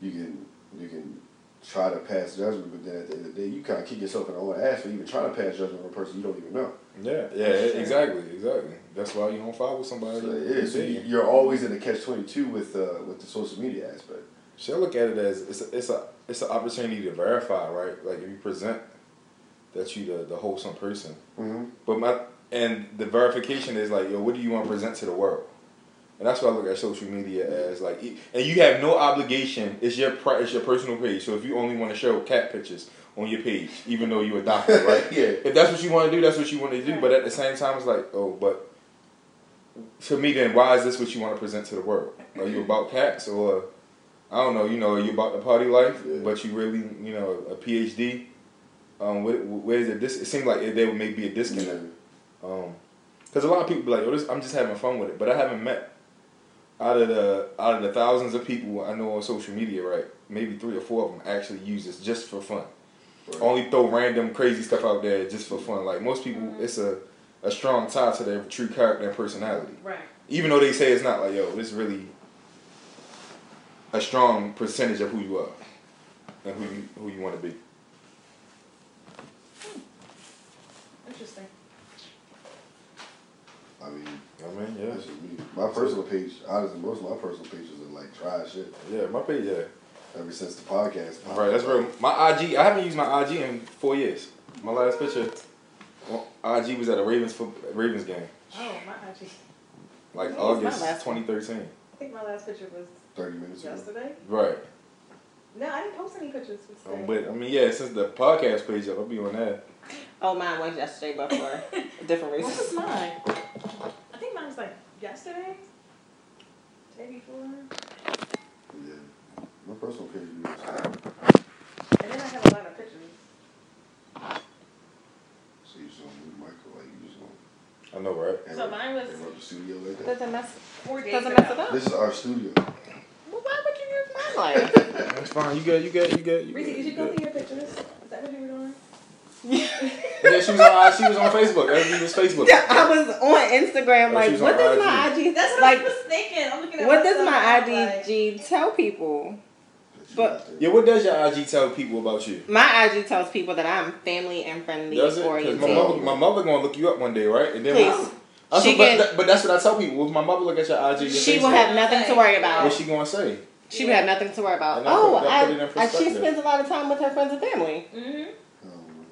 [SPEAKER 8] you can you can try to pass judgment, but then at the end of the day, you kind of kick yourself in the own ass for even trying to pass judgment on a person you don't even know.
[SPEAKER 4] Yeah, yeah, exactly, exactly. That's why you don't fire with somebody.
[SPEAKER 8] So, yeah, so you-
[SPEAKER 4] Yeah.
[SPEAKER 8] you're always in a catch twenty two with uh, with the social media aspect.
[SPEAKER 4] Should I look at it as it's a, it's a it's an opportunity to verify, right? Like if you present that you the, the wholesome person,
[SPEAKER 8] Mm-hmm.
[SPEAKER 4] but my and the verification is like, yo, what do you want to present to the world? And that's why I look at social media as like, e- and you have no obligation. It's your pri- it's your personal page. So if you only want to show cat pictures on your page, even though you're a doctor, right?
[SPEAKER 8] yeah.
[SPEAKER 4] if that's what you want to do, that's what you want to do. But at the same time, it's like, oh, but for me, then why is this what you want to present to the world? Are you about cats or I don't know? You know, are you about the party life,
[SPEAKER 8] Yeah.
[SPEAKER 4] but you really, you know, a PhD. Um, where, where is it? This it seemed like there may be a disconnect. Um, because a lot of people be like, oh, this, I'm just having fun with it, but I haven't met out of the out of the thousands of people I know on social media, right? Maybe three or four of them actually use this just for fun
[SPEAKER 8] Right.
[SPEAKER 4] only throw random crazy stuff out there just for fun. Like most people,
[SPEAKER 5] Mm-hmm.
[SPEAKER 4] it's a, a strong tie to their true character and personality.
[SPEAKER 7] Right.
[SPEAKER 4] Even though they say it's not like, yo, this really a strong percentage of who you are and who you, who you want to be.
[SPEAKER 7] Interesting.
[SPEAKER 8] I mean,
[SPEAKER 4] You know what I mean?
[SPEAKER 8] that's just me. My personal page, honestly, most of my personal pages are like trash shit.
[SPEAKER 4] Yeah, my page, yeah.
[SPEAKER 8] Ever since the podcast, popped
[SPEAKER 4] Right, that's
[SPEAKER 8] up.
[SPEAKER 4] real. My IG, I haven't used my IG in four years. My last picture, on IG was at a Ravens foot, Ravens game,
[SPEAKER 7] Oh, my IG.
[SPEAKER 4] like
[SPEAKER 5] What was my
[SPEAKER 4] August
[SPEAKER 5] last one?
[SPEAKER 4] 2013.
[SPEAKER 7] I think my last picture was
[SPEAKER 8] Thirty minutes ago.
[SPEAKER 7] yesterday.
[SPEAKER 4] Right.
[SPEAKER 7] No, I didn't post any pictures. since
[SPEAKER 4] Um,
[SPEAKER 7] then.
[SPEAKER 4] but I mean, yeah, since the podcast page up, I'll be on that.
[SPEAKER 5] Oh, mine was yesterday, but for different
[SPEAKER 7] What was
[SPEAKER 5] reasons.
[SPEAKER 7] mine? I think mine was like yesterday, day before. And
[SPEAKER 8] Yeah. My personal page is uh,
[SPEAKER 7] then I have a lot of pictures.
[SPEAKER 8] so you just don't move Michael like you just don't
[SPEAKER 4] I know, right?
[SPEAKER 7] So mine was-
[SPEAKER 8] interrupt the studio like that.
[SPEAKER 5] Doesn't mess,
[SPEAKER 7] Four days
[SPEAKER 5] doesn't
[SPEAKER 7] ago.
[SPEAKER 5] mess it up.
[SPEAKER 8] This is our studio.
[SPEAKER 5] Well, why would you use mine like?
[SPEAKER 4] That's fine. You good? You good? You good? You
[SPEAKER 7] Reese,
[SPEAKER 4] good?
[SPEAKER 7] did
[SPEAKER 4] You
[SPEAKER 7] you go
[SPEAKER 4] good.
[SPEAKER 7] through your pictures? Is that what you were doing?
[SPEAKER 4] Yeah, she was on. She was on Facebook. Everything was Facebook.
[SPEAKER 5] Yeah, I was on Instagram
[SPEAKER 4] Oh,
[SPEAKER 5] like,
[SPEAKER 4] she was
[SPEAKER 5] what
[SPEAKER 4] on
[SPEAKER 5] does
[SPEAKER 4] IG.
[SPEAKER 5] my IG?
[SPEAKER 7] That's what I
[SPEAKER 5] like,
[SPEAKER 7] was thinking. I'm looking at
[SPEAKER 5] what does my
[SPEAKER 7] myself, like-
[SPEAKER 5] IDG tell people? But-
[SPEAKER 4] Yeah, what does your IG tell people about you?
[SPEAKER 5] My IG tells people that I'm family and friendly
[SPEAKER 4] Does it? 'Cause
[SPEAKER 5] oriented.
[SPEAKER 4] my mother, my mother gonna look you up one day, right? And then my-
[SPEAKER 5] Please.
[SPEAKER 4] That's
[SPEAKER 5] She
[SPEAKER 4] what-
[SPEAKER 5] can-
[SPEAKER 4] but, that- but that's what I tell people. If my mother look at your IG, your
[SPEAKER 5] She
[SPEAKER 4] Facebook,
[SPEAKER 5] will have nothing to worry about.
[SPEAKER 4] What she gonna say?
[SPEAKER 5] She would have nothing to worry about.
[SPEAKER 4] And that
[SPEAKER 5] Oh,
[SPEAKER 4] put- that put it in
[SPEAKER 5] I, I, she
[SPEAKER 4] perspective.
[SPEAKER 5] spends a lot of time with her friends and family.
[SPEAKER 7] Mhm.
[SPEAKER 8] Um,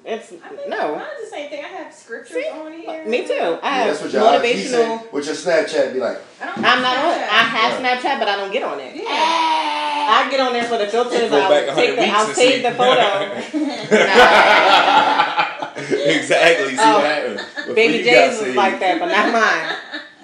[SPEAKER 5] It's
[SPEAKER 7] I think
[SPEAKER 5] no.
[SPEAKER 7] mine's the same thing. I have scriptures
[SPEAKER 5] See?
[SPEAKER 7] on here.
[SPEAKER 5] Me too. I
[SPEAKER 8] yeah,
[SPEAKER 5] have
[SPEAKER 8] that's what your IG
[SPEAKER 5] motivational.
[SPEAKER 8] said. With your Snapchat, be like,
[SPEAKER 7] I don't
[SPEAKER 5] I'm not on. it. I
[SPEAKER 7] Snapchat.
[SPEAKER 5] have Snapchat, but I don't get on it.
[SPEAKER 7] Yeah.
[SPEAKER 5] I get on there for the
[SPEAKER 4] Go
[SPEAKER 5] filters.
[SPEAKER 4] back 100
[SPEAKER 5] I'll take the,
[SPEAKER 4] weeks
[SPEAKER 5] I'll
[SPEAKER 4] and
[SPEAKER 5] save
[SPEAKER 4] see.
[SPEAKER 5] the photo.
[SPEAKER 4] exactly. See
[SPEAKER 5] Oh,
[SPEAKER 4] what happened. Before
[SPEAKER 5] Baby
[SPEAKER 4] you got
[SPEAKER 5] James was
[SPEAKER 4] saved.
[SPEAKER 5] like that, but not mine.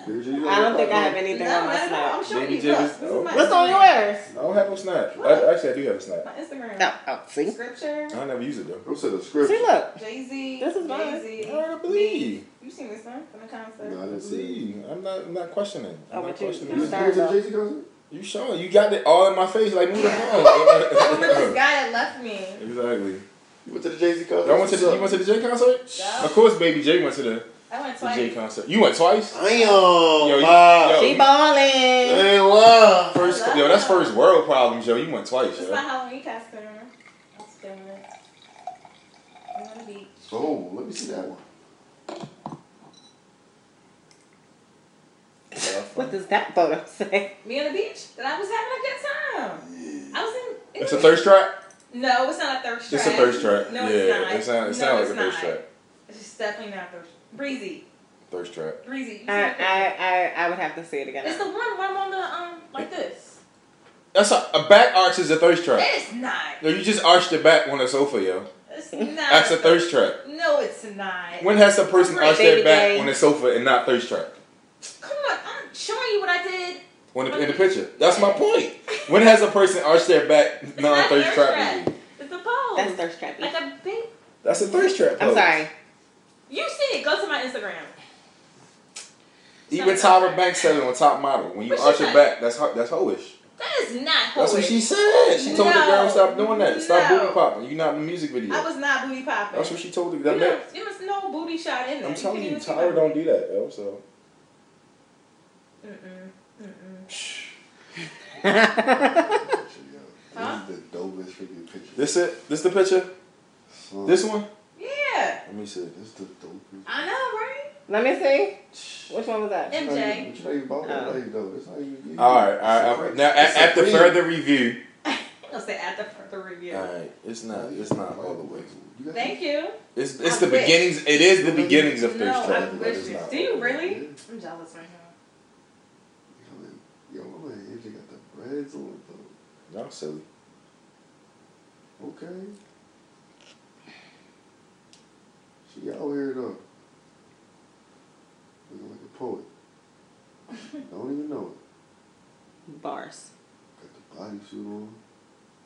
[SPEAKER 8] "Did you
[SPEAKER 5] I don't think I have
[SPEAKER 7] No,
[SPEAKER 5] anything on my
[SPEAKER 7] I
[SPEAKER 5] Snap.
[SPEAKER 7] I'm showing
[SPEAKER 4] Baby
[SPEAKER 7] you. Look,
[SPEAKER 4] Jesus.
[SPEAKER 7] this is my
[SPEAKER 5] What's on
[SPEAKER 7] Instagram.
[SPEAKER 5] yours?
[SPEAKER 4] I don't have no snap. I, actually, I do have a snap.
[SPEAKER 7] My Instagram.
[SPEAKER 5] Oh, oh, see, see,
[SPEAKER 7] Scripture.
[SPEAKER 4] I never use it though.
[SPEAKER 8] I'm saying the script.
[SPEAKER 5] look.
[SPEAKER 7] Jay Z.
[SPEAKER 5] This is mine.
[SPEAKER 7] Jay Z.
[SPEAKER 4] I don't believe.
[SPEAKER 7] You seen the son from the concert?
[SPEAKER 8] No, I didn't see. it.
[SPEAKER 4] See, I'm not, I'm not questioning.
[SPEAKER 5] Oh,
[SPEAKER 4] I'm
[SPEAKER 5] but
[SPEAKER 4] not
[SPEAKER 5] you-
[SPEAKER 8] You
[SPEAKER 4] questioning.
[SPEAKER 5] you-
[SPEAKER 8] was going to the Jay Z concert?
[SPEAKER 4] You showing? You got it all in my face. Like move the
[SPEAKER 7] Remember this
[SPEAKER 4] phone.
[SPEAKER 7] guy that left me?
[SPEAKER 4] exactly.
[SPEAKER 8] You went to the Jay Z concert?
[SPEAKER 4] Y'all went to the, you went to the J concert?
[SPEAKER 7] No.
[SPEAKER 4] Of course, baby J went to the,
[SPEAKER 7] I went
[SPEAKER 4] the
[SPEAKER 7] twice.
[SPEAKER 4] J concert. You went twice.
[SPEAKER 8] Damn,
[SPEAKER 4] Yo, you-
[SPEAKER 8] wow.
[SPEAKER 4] yo,
[SPEAKER 5] She balling.
[SPEAKER 8] Hey, wow.
[SPEAKER 4] First, yo, that's first world problems, yo. You went twice,
[SPEAKER 7] It's
[SPEAKER 4] yo.
[SPEAKER 7] my Halloween costume. I was doing it. I'm on the beach.
[SPEAKER 8] Oh, let me see that one.
[SPEAKER 5] What does that photo say?
[SPEAKER 7] Me on the beach? That I was having a good time. I was in.
[SPEAKER 4] It's a thirst trap.
[SPEAKER 7] No, it's not a thirst trap.
[SPEAKER 4] It's a thirst trap.
[SPEAKER 7] No,
[SPEAKER 4] yeah,
[SPEAKER 7] it's not.
[SPEAKER 4] it sound- it
[SPEAKER 7] no,
[SPEAKER 4] sound
[SPEAKER 7] it's
[SPEAKER 4] like a thirst
[SPEAKER 7] not.
[SPEAKER 4] trap.
[SPEAKER 7] It's just definitely not thirst. Breezy,
[SPEAKER 4] Thirst trap.
[SPEAKER 7] breezy. You see
[SPEAKER 5] I,
[SPEAKER 7] the picture?
[SPEAKER 5] I, I, I would have to see it again.
[SPEAKER 7] It's the one where I'm on the um like this.
[SPEAKER 4] That's a, a back arch is a thirst trap.
[SPEAKER 7] It's not.
[SPEAKER 4] Yo, you just arched your back on a sofa, yo.
[SPEAKER 7] It's not.
[SPEAKER 4] That's a thirst trap.
[SPEAKER 7] No, it's not.
[SPEAKER 4] When has a person
[SPEAKER 5] Right,
[SPEAKER 4] arched their
[SPEAKER 5] baby
[SPEAKER 4] back
[SPEAKER 5] gay.
[SPEAKER 4] on a sofa and not thirst trap?
[SPEAKER 7] Come on, I'm showing you what I did.
[SPEAKER 4] On the, in the picture. That's my point. When has a person arched their back
[SPEAKER 7] It's
[SPEAKER 4] non
[SPEAKER 7] not
[SPEAKER 4] thirst
[SPEAKER 7] thirst
[SPEAKER 4] trap?
[SPEAKER 7] trap.
[SPEAKER 4] movie?
[SPEAKER 7] It's a pose.
[SPEAKER 5] That's thirst trap.
[SPEAKER 7] Like a big.
[SPEAKER 4] That's a thirst trap.
[SPEAKER 5] I'm
[SPEAKER 4] pose.
[SPEAKER 5] sorry.
[SPEAKER 7] You see it? Go to my Instagram.
[SPEAKER 4] Even Tyra Banks said it on Top Model. When you
[SPEAKER 7] But
[SPEAKER 4] arch
[SPEAKER 7] she
[SPEAKER 4] your
[SPEAKER 7] not-
[SPEAKER 4] back, that's ho- that's hoish.
[SPEAKER 7] That is not.
[SPEAKER 4] That's what
[SPEAKER 7] hoish.
[SPEAKER 4] she said. She told the
[SPEAKER 7] No.
[SPEAKER 4] girl stop doing that. Stop
[SPEAKER 7] No.
[SPEAKER 4] booty popping. You're not in the music video.
[SPEAKER 7] I was not booty popping.
[SPEAKER 4] That's what she told the
[SPEAKER 7] You
[SPEAKER 4] that
[SPEAKER 7] know,
[SPEAKER 4] man-
[SPEAKER 7] there was no booty shot in there.
[SPEAKER 4] I'm telling you,
[SPEAKER 7] couldn't even see
[SPEAKER 4] Tyra
[SPEAKER 7] my
[SPEAKER 4] don't
[SPEAKER 7] booty.
[SPEAKER 4] do that, yo. So
[SPEAKER 7] Mm-mm. Mm-mm. Huh?
[SPEAKER 8] Huh? This is the dopest freaking picture.
[SPEAKER 4] this it? This the picture?
[SPEAKER 8] Son,
[SPEAKER 4] This one?
[SPEAKER 7] Yeah.
[SPEAKER 4] Let me see.
[SPEAKER 8] This is the dopest.
[SPEAKER 7] I know, right?
[SPEAKER 5] Let me see. Which one was that?
[SPEAKER 7] MJ.
[SPEAKER 8] It's not even about that. Like, no,
[SPEAKER 5] Oh.
[SPEAKER 8] it's not even.
[SPEAKER 4] All right, all
[SPEAKER 8] It's a
[SPEAKER 4] right.
[SPEAKER 8] prank.
[SPEAKER 4] Now a-
[SPEAKER 8] It's a
[SPEAKER 4] after
[SPEAKER 8] prank.
[SPEAKER 4] further review.
[SPEAKER 7] I'll say at the, the review.
[SPEAKER 4] All right, it's not. It's not all the way.
[SPEAKER 8] You got
[SPEAKER 7] Thank you.
[SPEAKER 4] It's it's
[SPEAKER 7] I
[SPEAKER 4] the
[SPEAKER 7] wish.
[SPEAKER 4] beginnings. It is the beginnings of
[SPEAKER 7] No,
[SPEAKER 4] thirst
[SPEAKER 7] Oh, I
[SPEAKER 4] trap.
[SPEAKER 7] wish
[SPEAKER 4] It's
[SPEAKER 7] it.
[SPEAKER 4] not
[SPEAKER 7] Do you
[SPEAKER 4] all the way.
[SPEAKER 7] really?
[SPEAKER 8] Yeah.
[SPEAKER 7] I'm jealous right now.
[SPEAKER 8] Yo, my man Andrew got the breads on though.
[SPEAKER 4] Y'all silly.
[SPEAKER 8] Okay. She out here though. Looking like a poet. Don't even know it.
[SPEAKER 5] Bars.
[SPEAKER 8] Got the bodysuit on.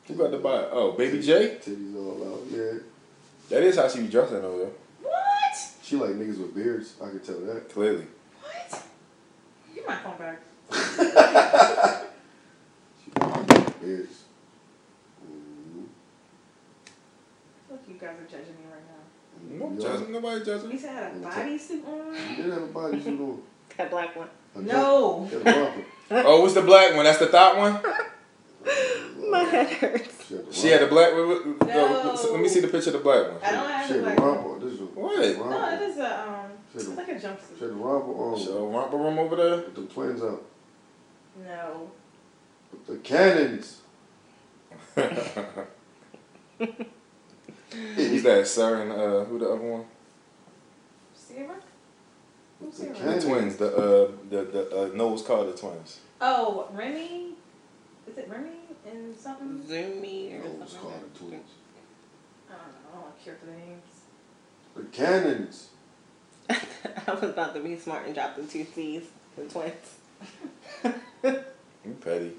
[SPEAKER 4] Who got the buy? Oh, Baby J.
[SPEAKER 8] Titties all out. Yeah.
[SPEAKER 4] That is how she be dressing over there.
[SPEAKER 7] What?
[SPEAKER 8] She like niggas with beards. I can tell that.
[SPEAKER 4] Clearly.
[SPEAKER 7] What? Give my phone back.
[SPEAKER 8] She like niggas with beards. Mhm.
[SPEAKER 7] Look, you guys are judging me right now.
[SPEAKER 4] No
[SPEAKER 8] Yeah.
[SPEAKER 4] judging. Nobody judging.
[SPEAKER 7] You said I had a bodysuit on?
[SPEAKER 8] She did have a bodysuit on.
[SPEAKER 5] That black one.
[SPEAKER 8] A
[SPEAKER 7] No.
[SPEAKER 8] jacket. She had a romper.
[SPEAKER 4] Oh, what's the black one? That's the thought one.
[SPEAKER 5] My head hurts.
[SPEAKER 8] She had a
[SPEAKER 4] She had a
[SPEAKER 8] romper.
[SPEAKER 4] black. No.
[SPEAKER 7] No.
[SPEAKER 4] Let me see the picture of the black one.
[SPEAKER 7] I don't have
[SPEAKER 8] She
[SPEAKER 7] a
[SPEAKER 8] had
[SPEAKER 7] black
[SPEAKER 8] a
[SPEAKER 7] one.
[SPEAKER 8] romper. This is a
[SPEAKER 4] What?
[SPEAKER 7] No, it
[SPEAKER 8] romper.
[SPEAKER 7] is a, um,
[SPEAKER 8] She
[SPEAKER 7] it's
[SPEAKER 8] had a
[SPEAKER 7] like a
[SPEAKER 8] She
[SPEAKER 7] jumpsuit.
[SPEAKER 8] had a romper on
[SPEAKER 4] So romper room over there.
[SPEAKER 8] with the planes out.
[SPEAKER 7] No.
[SPEAKER 8] With the cannons.
[SPEAKER 4] Who's that? Sarah and uh, who the other one?
[SPEAKER 7] Sarah? Who's
[SPEAKER 8] The
[SPEAKER 7] Sarah?
[SPEAKER 4] The twins. The uh, the the uh, Noah's called the twins.
[SPEAKER 7] Oh, Remy? Is it Remy and something?
[SPEAKER 5] Zoomy
[SPEAKER 8] No,
[SPEAKER 5] or
[SPEAKER 8] Oh, it's
[SPEAKER 5] something.
[SPEAKER 8] called
[SPEAKER 5] like
[SPEAKER 8] the twins.
[SPEAKER 7] I don't know. I don't care for the names.
[SPEAKER 8] The cannons.
[SPEAKER 5] that. I was about to be smart and drop the two C's, the twins.
[SPEAKER 4] You petty.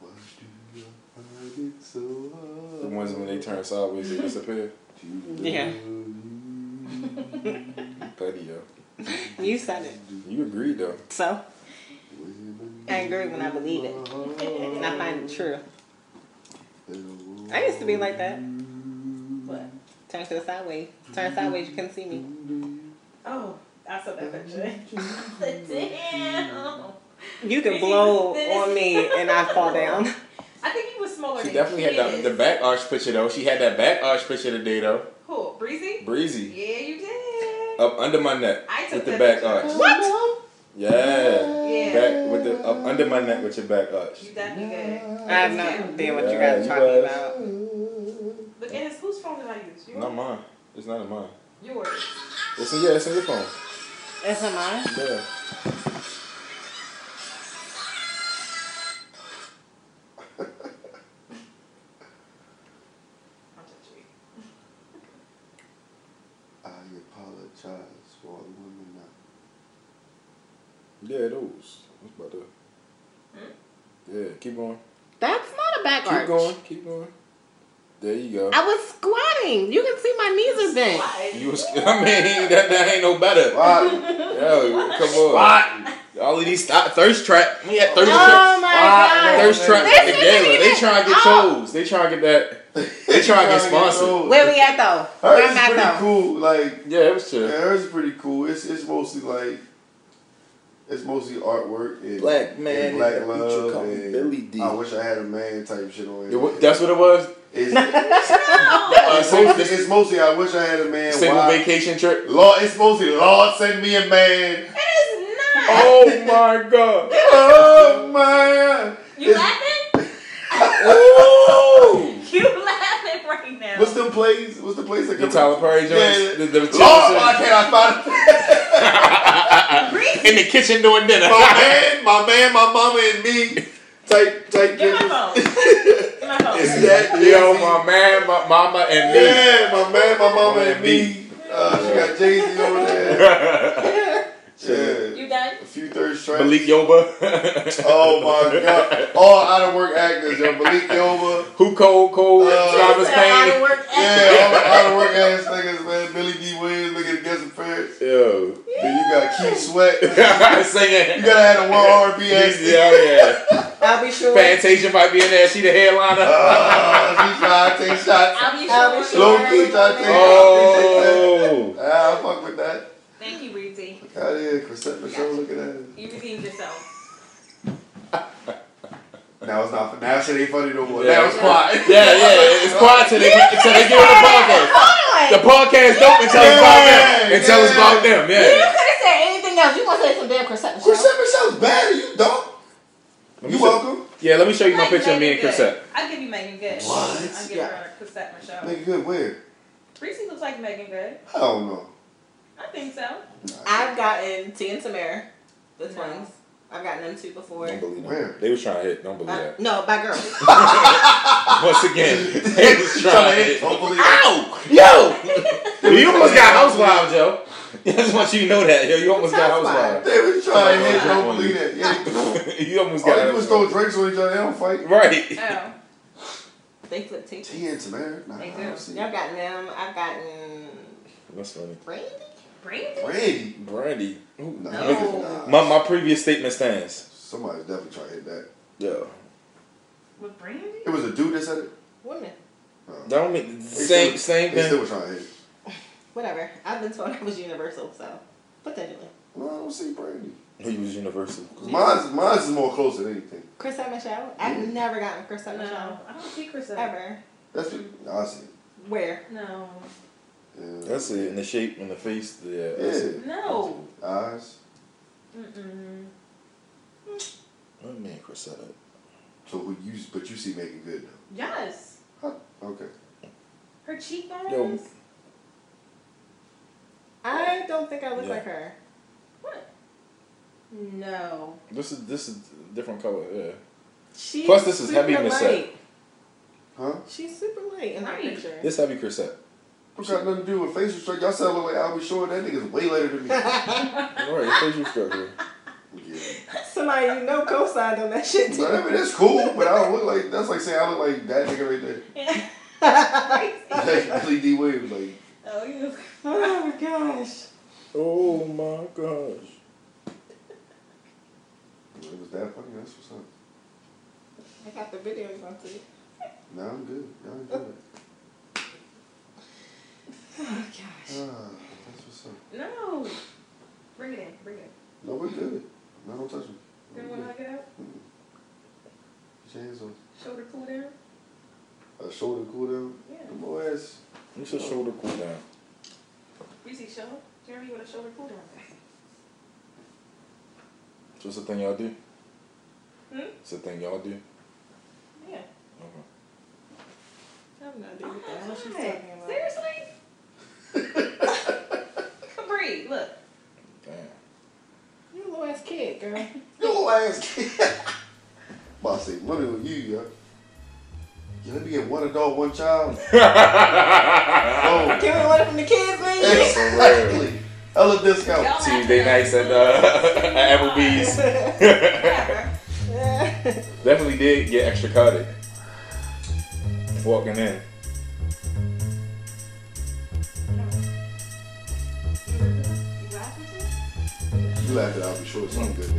[SPEAKER 8] Why do you find it so hard?
[SPEAKER 4] The ones when they turn sideways they disappear.
[SPEAKER 8] to love
[SPEAKER 5] Yeah.
[SPEAKER 8] you?
[SPEAKER 4] You petty yo.
[SPEAKER 5] you said it.
[SPEAKER 4] You agreed though.
[SPEAKER 5] So
[SPEAKER 8] When
[SPEAKER 5] I agree when I believe it, and I find it true. I used to be like that.
[SPEAKER 7] What?
[SPEAKER 5] Turn to the sideways. Turn sideways. You couldn't see me.
[SPEAKER 7] Oh, I saw that picture. Damn.
[SPEAKER 5] You can blow on me and I fall down.
[SPEAKER 7] I think he was smaller
[SPEAKER 4] She
[SPEAKER 7] than
[SPEAKER 4] definitely had that
[SPEAKER 7] kids.
[SPEAKER 4] the back arch picture though. She had that back arch picture today though.
[SPEAKER 7] Who? Breezy?
[SPEAKER 4] Breezy.
[SPEAKER 7] Yeah, you did.
[SPEAKER 4] Up under my neck
[SPEAKER 7] I took
[SPEAKER 4] with the
[SPEAKER 7] that
[SPEAKER 4] back
[SPEAKER 7] picture.
[SPEAKER 4] arch.
[SPEAKER 5] What?
[SPEAKER 4] Yeah.
[SPEAKER 7] Yeah.
[SPEAKER 4] Back with the up under my neck with your back arch.
[SPEAKER 7] You definitely did.
[SPEAKER 5] I have no idea what you
[SPEAKER 4] Yeah,
[SPEAKER 5] guys
[SPEAKER 4] you
[SPEAKER 5] are talking
[SPEAKER 4] guys.
[SPEAKER 5] about.
[SPEAKER 7] Look at his. Whose phone did I use? Yours?
[SPEAKER 4] Not mine. It's not in mine.
[SPEAKER 7] Yours.
[SPEAKER 4] It's in yeah, it's in your phone.
[SPEAKER 5] Is it mine?
[SPEAKER 4] Yeah.
[SPEAKER 7] I'm touching
[SPEAKER 8] I apologize for all the women I
[SPEAKER 4] Yeah, those. It's about to Yeah, keep going.
[SPEAKER 5] That's not a back
[SPEAKER 4] Keep
[SPEAKER 5] arch.
[SPEAKER 4] going. Keep going. There you go.
[SPEAKER 5] I was lying. You can see my knees are bent.
[SPEAKER 4] You was, I mean, that, that ain't no better.
[SPEAKER 8] Why?
[SPEAKER 4] Yo, come on. All of these th- thirst trap. We had thirst
[SPEAKER 5] Oh
[SPEAKER 4] trap.
[SPEAKER 5] my
[SPEAKER 8] Why?
[SPEAKER 5] god.
[SPEAKER 4] Thirst trap
[SPEAKER 5] This
[SPEAKER 4] at the
[SPEAKER 5] isn't
[SPEAKER 4] gala. They
[SPEAKER 5] even-
[SPEAKER 4] trying to get
[SPEAKER 5] oh.
[SPEAKER 4] shows. They trying to get that. They trying to get sponsored.
[SPEAKER 5] Where we at though? Where I'm
[SPEAKER 8] Hers is pretty
[SPEAKER 5] at though.
[SPEAKER 8] cool. Like
[SPEAKER 4] Yeah, it was
[SPEAKER 8] yeah,
[SPEAKER 4] true.
[SPEAKER 8] hers is pretty cool. It's it's mostly like it's mostly artwork and
[SPEAKER 2] Black
[SPEAKER 8] and
[SPEAKER 2] man
[SPEAKER 8] black
[SPEAKER 2] in the future
[SPEAKER 8] love,
[SPEAKER 2] called
[SPEAKER 8] and
[SPEAKER 2] Billy D.
[SPEAKER 8] I wish I had a man type shit on it.
[SPEAKER 4] It wa- That's what it was.
[SPEAKER 8] it's, it's,
[SPEAKER 4] Uh,
[SPEAKER 8] mostly,
[SPEAKER 4] single,
[SPEAKER 8] it's mostly I wish I had a man.
[SPEAKER 4] single
[SPEAKER 8] Why?
[SPEAKER 4] vacation trip.
[SPEAKER 8] Lord, it's mostly Lord send me a man.
[SPEAKER 7] It is not.
[SPEAKER 4] Oh my god.
[SPEAKER 8] Oh man,
[SPEAKER 7] You
[SPEAKER 8] It's-
[SPEAKER 7] laughing?
[SPEAKER 4] Ooh.
[SPEAKER 7] You laughing right now?
[SPEAKER 8] what's the place? What's the place that
[SPEAKER 4] The
[SPEAKER 8] comes-
[SPEAKER 4] Tyler Perry joints.
[SPEAKER 8] Yeah.
[SPEAKER 4] The, the
[SPEAKER 8] Lord, why can't I find
[SPEAKER 4] in the kitchen doing dinner.
[SPEAKER 8] my man, my man, my mama, and me? Type type.
[SPEAKER 7] Get my
[SPEAKER 8] niggas.
[SPEAKER 7] phone. Get my phone.
[SPEAKER 8] It's that
[SPEAKER 4] Yo,
[SPEAKER 8] easy.
[SPEAKER 4] my man, my mama, and me.
[SPEAKER 8] Yeah, my man, my mama, and me. Uh, she got Jay Z over there. yeah.
[SPEAKER 7] You done?
[SPEAKER 8] A few third strikes.
[SPEAKER 4] Malik Yoba.
[SPEAKER 8] Oh my god. All out of work actors, yo. Malik Yoba.
[SPEAKER 4] Who cold, cold,
[SPEAKER 8] Uh,
[SPEAKER 4] Travis
[SPEAKER 5] Said I
[SPEAKER 4] Payne.
[SPEAKER 5] don't work at-
[SPEAKER 8] Yeah, all the out of work ass niggas, man. Billy D. Williams, nigga, Guess Parents.
[SPEAKER 4] Yo.
[SPEAKER 8] Then you got Keith Sweat. You
[SPEAKER 4] Singing.
[SPEAKER 8] gotta have a one R&B
[SPEAKER 4] Yeah,
[SPEAKER 8] ass.
[SPEAKER 4] yeah.
[SPEAKER 5] I'll be sure.
[SPEAKER 4] Fantasia might be in there. She the headliner.
[SPEAKER 8] Uh, she trying to take shots.
[SPEAKER 7] I'll be
[SPEAKER 5] I'll be
[SPEAKER 7] sure.
[SPEAKER 8] Low key trying to take
[SPEAKER 4] Oh.
[SPEAKER 8] shots. Ah, I fuck with that.
[SPEAKER 7] Thank you, Reedy.
[SPEAKER 8] God, yeah, Chrisette Michelle, look at that.
[SPEAKER 7] You redeemed yourself.
[SPEAKER 8] Now it's not. Now shit ain't funny no more.
[SPEAKER 4] Yeah.
[SPEAKER 8] Now it's quiet.
[SPEAKER 4] Yeah, yeah. It's quiet till they, till they get on the podcast.
[SPEAKER 5] Hold
[SPEAKER 4] The
[SPEAKER 5] on.
[SPEAKER 4] podcast don't and tell us about them.
[SPEAKER 8] Yeah,
[SPEAKER 4] And tell us about them.
[SPEAKER 5] You could
[SPEAKER 4] Yeah.
[SPEAKER 5] have said anything else. You want to say some damn Chrisette Michelle?
[SPEAKER 8] Chrisette Michelle's bad. You don't.
[SPEAKER 4] Let me
[SPEAKER 8] You
[SPEAKER 4] show-
[SPEAKER 8] welcome.
[SPEAKER 4] Yeah, let me show you my
[SPEAKER 7] Like
[SPEAKER 4] picture of me and
[SPEAKER 7] Megan
[SPEAKER 4] Chrisette.
[SPEAKER 7] Good. I'll give you Megan Good.
[SPEAKER 8] What?
[SPEAKER 7] I'll give
[SPEAKER 5] Yeah.
[SPEAKER 7] her a Cassette Michelle.
[SPEAKER 8] Make it good. Where?
[SPEAKER 7] Reese looks like Megan Good.
[SPEAKER 8] I don't know.
[SPEAKER 7] I think so.
[SPEAKER 5] I've gotten T and Tamara, the
[SPEAKER 7] No.
[SPEAKER 5] twins. I've gotten them two before.
[SPEAKER 4] Don't believe
[SPEAKER 8] Where?
[SPEAKER 4] them. They was trying to hit. Don't believe
[SPEAKER 5] By,
[SPEAKER 4] that.
[SPEAKER 5] no, by girls.
[SPEAKER 4] Once again, they was trying to hit.
[SPEAKER 8] Hopefully.
[SPEAKER 4] Ow! Yo! you almost got housewild, yo. I just want you to know that, yo. You almost got housewild.
[SPEAKER 8] They was trying to hit.
[SPEAKER 4] Somebody
[SPEAKER 8] Don't
[SPEAKER 4] on you.
[SPEAKER 8] believe that. Yeah. Oh,
[SPEAKER 4] Oh, you almost
[SPEAKER 8] All
[SPEAKER 4] got
[SPEAKER 8] they do is
[SPEAKER 4] housewild.
[SPEAKER 8] throw drinks on each other. They don't fight.
[SPEAKER 4] Right.
[SPEAKER 7] Oh.
[SPEAKER 5] they flip teachers.
[SPEAKER 8] T and Tamara. Nah,
[SPEAKER 7] They
[SPEAKER 8] I
[SPEAKER 7] do.
[SPEAKER 8] don't see.
[SPEAKER 5] Y'all gotten them. I've gotten
[SPEAKER 4] That's funny.
[SPEAKER 5] Brandy.
[SPEAKER 7] Brandy?
[SPEAKER 8] Brandy.
[SPEAKER 4] Brandy. Ooh,
[SPEAKER 8] Nah,
[SPEAKER 4] look
[SPEAKER 8] nah.
[SPEAKER 4] at- My, my previous statement stands.
[SPEAKER 8] Somebody's definitely trying to hit that.
[SPEAKER 4] Yo.
[SPEAKER 7] With Brandy?
[SPEAKER 8] It was a dude that said it.
[SPEAKER 5] Women.
[SPEAKER 4] That don't make the
[SPEAKER 8] They
[SPEAKER 4] same,
[SPEAKER 8] still-
[SPEAKER 4] same
[SPEAKER 8] They still
[SPEAKER 4] thing.
[SPEAKER 8] was trying to hit. it.
[SPEAKER 5] Whatever. I've been told I was universal, so potentially.
[SPEAKER 8] Well, I don't see Brandy.
[SPEAKER 4] He was universal.
[SPEAKER 8] 'Cause Mine's, mine's is more close than anything.
[SPEAKER 5] Chrisette Michelle. I've never gotten Chrisette
[SPEAKER 7] No.
[SPEAKER 5] Michelle
[SPEAKER 7] I don't see Cassette.
[SPEAKER 5] ever.
[SPEAKER 8] That's what nah, I see. it.
[SPEAKER 5] Where?
[SPEAKER 7] No.
[SPEAKER 8] Yeah.
[SPEAKER 4] That's it. In the shape, in the face. Yeah. That's
[SPEAKER 8] Yeah.
[SPEAKER 4] it.
[SPEAKER 7] No.
[SPEAKER 8] Eyes.
[SPEAKER 7] Mm-mm.
[SPEAKER 4] My man, Chrisette.
[SPEAKER 8] So who you? But you see making good
[SPEAKER 7] Yes.
[SPEAKER 8] now. Huh. Okay.
[SPEAKER 7] Her cheekbones?
[SPEAKER 4] Yo.
[SPEAKER 5] I don't think I look
[SPEAKER 4] Yeah.
[SPEAKER 5] like her.
[SPEAKER 7] What? No.
[SPEAKER 4] This is this is a different color. Yeah.
[SPEAKER 5] She's
[SPEAKER 4] Plus, this is heavy
[SPEAKER 5] super
[SPEAKER 4] Chrisette.
[SPEAKER 5] light.
[SPEAKER 8] Huh?
[SPEAKER 5] She's super light in that
[SPEAKER 7] Right.
[SPEAKER 5] picture.
[SPEAKER 4] This heavy Chrisette.
[SPEAKER 8] What's got nothing to do with facial structure? Y'all said I look like I'll be showing that nigga's way later than me. yeah.
[SPEAKER 4] All right, facial structure.
[SPEAKER 5] Somebody you know co-signed on that shit Oh,
[SPEAKER 8] But I
[SPEAKER 5] too.
[SPEAKER 8] mean, that's cool, but I don't look like that's like saying I look like that nigga right there. Like Billy D. Williams, like
[SPEAKER 7] oh, you.
[SPEAKER 5] oh my gosh.
[SPEAKER 4] Oh my gosh.
[SPEAKER 8] it was that funny. That's what's up.
[SPEAKER 5] I got the video you want to see.
[SPEAKER 8] Now I'm good. Now I'm good.
[SPEAKER 5] Oh gosh.
[SPEAKER 8] Ah, that's what's up.
[SPEAKER 7] No. Bring it in. Bring it in.
[SPEAKER 8] No, we're good. No, don't touch me. No,
[SPEAKER 7] Then
[SPEAKER 8] we're
[SPEAKER 7] when I
[SPEAKER 8] good.
[SPEAKER 7] get out,
[SPEAKER 8] Put your hands on.
[SPEAKER 7] shoulder cool down.
[SPEAKER 8] A shoulder cool down.
[SPEAKER 7] Yeah.
[SPEAKER 8] The boy ass.
[SPEAKER 4] It's your shoulder cool down.
[SPEAKER 7] Reese, shoulder. Jeremy with a shoulder cool down.
[SPEAKER 4] Just a thing y'all do.
[SPEAKER 7] Hmm?
[SPEAKER 4] It's a thing y'all do.
[SPEAKER 7] Yeah.
[SPEAKER 4] Okay.
[SPEAKER 5] I have no idea what the hell she's
[SPEAKER 7] Hi.
[SPEAKER 5] talking about.
[SPEAKER 7] Seriously? Come breathe. Look.
[SPEAKER 4] Damn.
[SPEAKER 5] You a little ass kid, girl.
[SPEAKER 8] Your ass. About to say money on you, yo. You let me get one adult, one child. oh,
[SPEAKER 5] Can we order from the kids, man?
[SPEAKER 8] exactly. Hella discount.
[SPEAKER 7] Y'all
[SPEAKER 4] Tuesday nights at uh, at Applebee's.
[SPEAKER 7] Whatever.
[SPEAKER 4] Definitely did get extra cutted. Walking in.
[SPEAKER 8] You laughed at I'll be sure it's not good.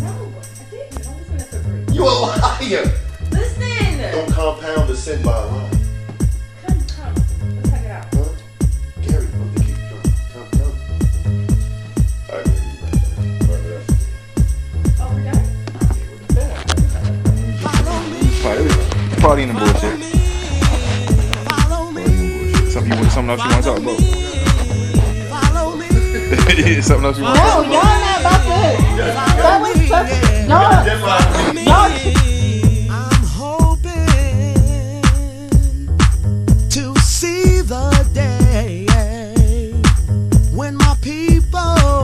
[SPEAKER 7] No, I didn't. I'm listening to Fabrice.
[SPEAKER 8] You a liar!
[SPEAKER 7] Listen!
[SPEAKER 8] Don't compound the sin by a lie.
[SPEAKER 7] Come, come. Let's check it out.
[SPEAKER 8] Huh? Gary, I'm gonna keep drunk. Compound.
[SPEAKER 4] Oh,
[SPEAKER 8] Alright, man, you right there. Right there.
[SPEAKER 7] Oh, we're done?
[SPEAKER 4] Party in the bullshit. Something you want? Something else you want to talk about? Yeah, something else you want?
[SPEAKER 5] No, y'all not about to. That was such. Y'all,
[SPEAKER 8] That's why I mean,
[SPEAKER 5] y'all
[SPEAKER 2] I'm hoping to see the day when my people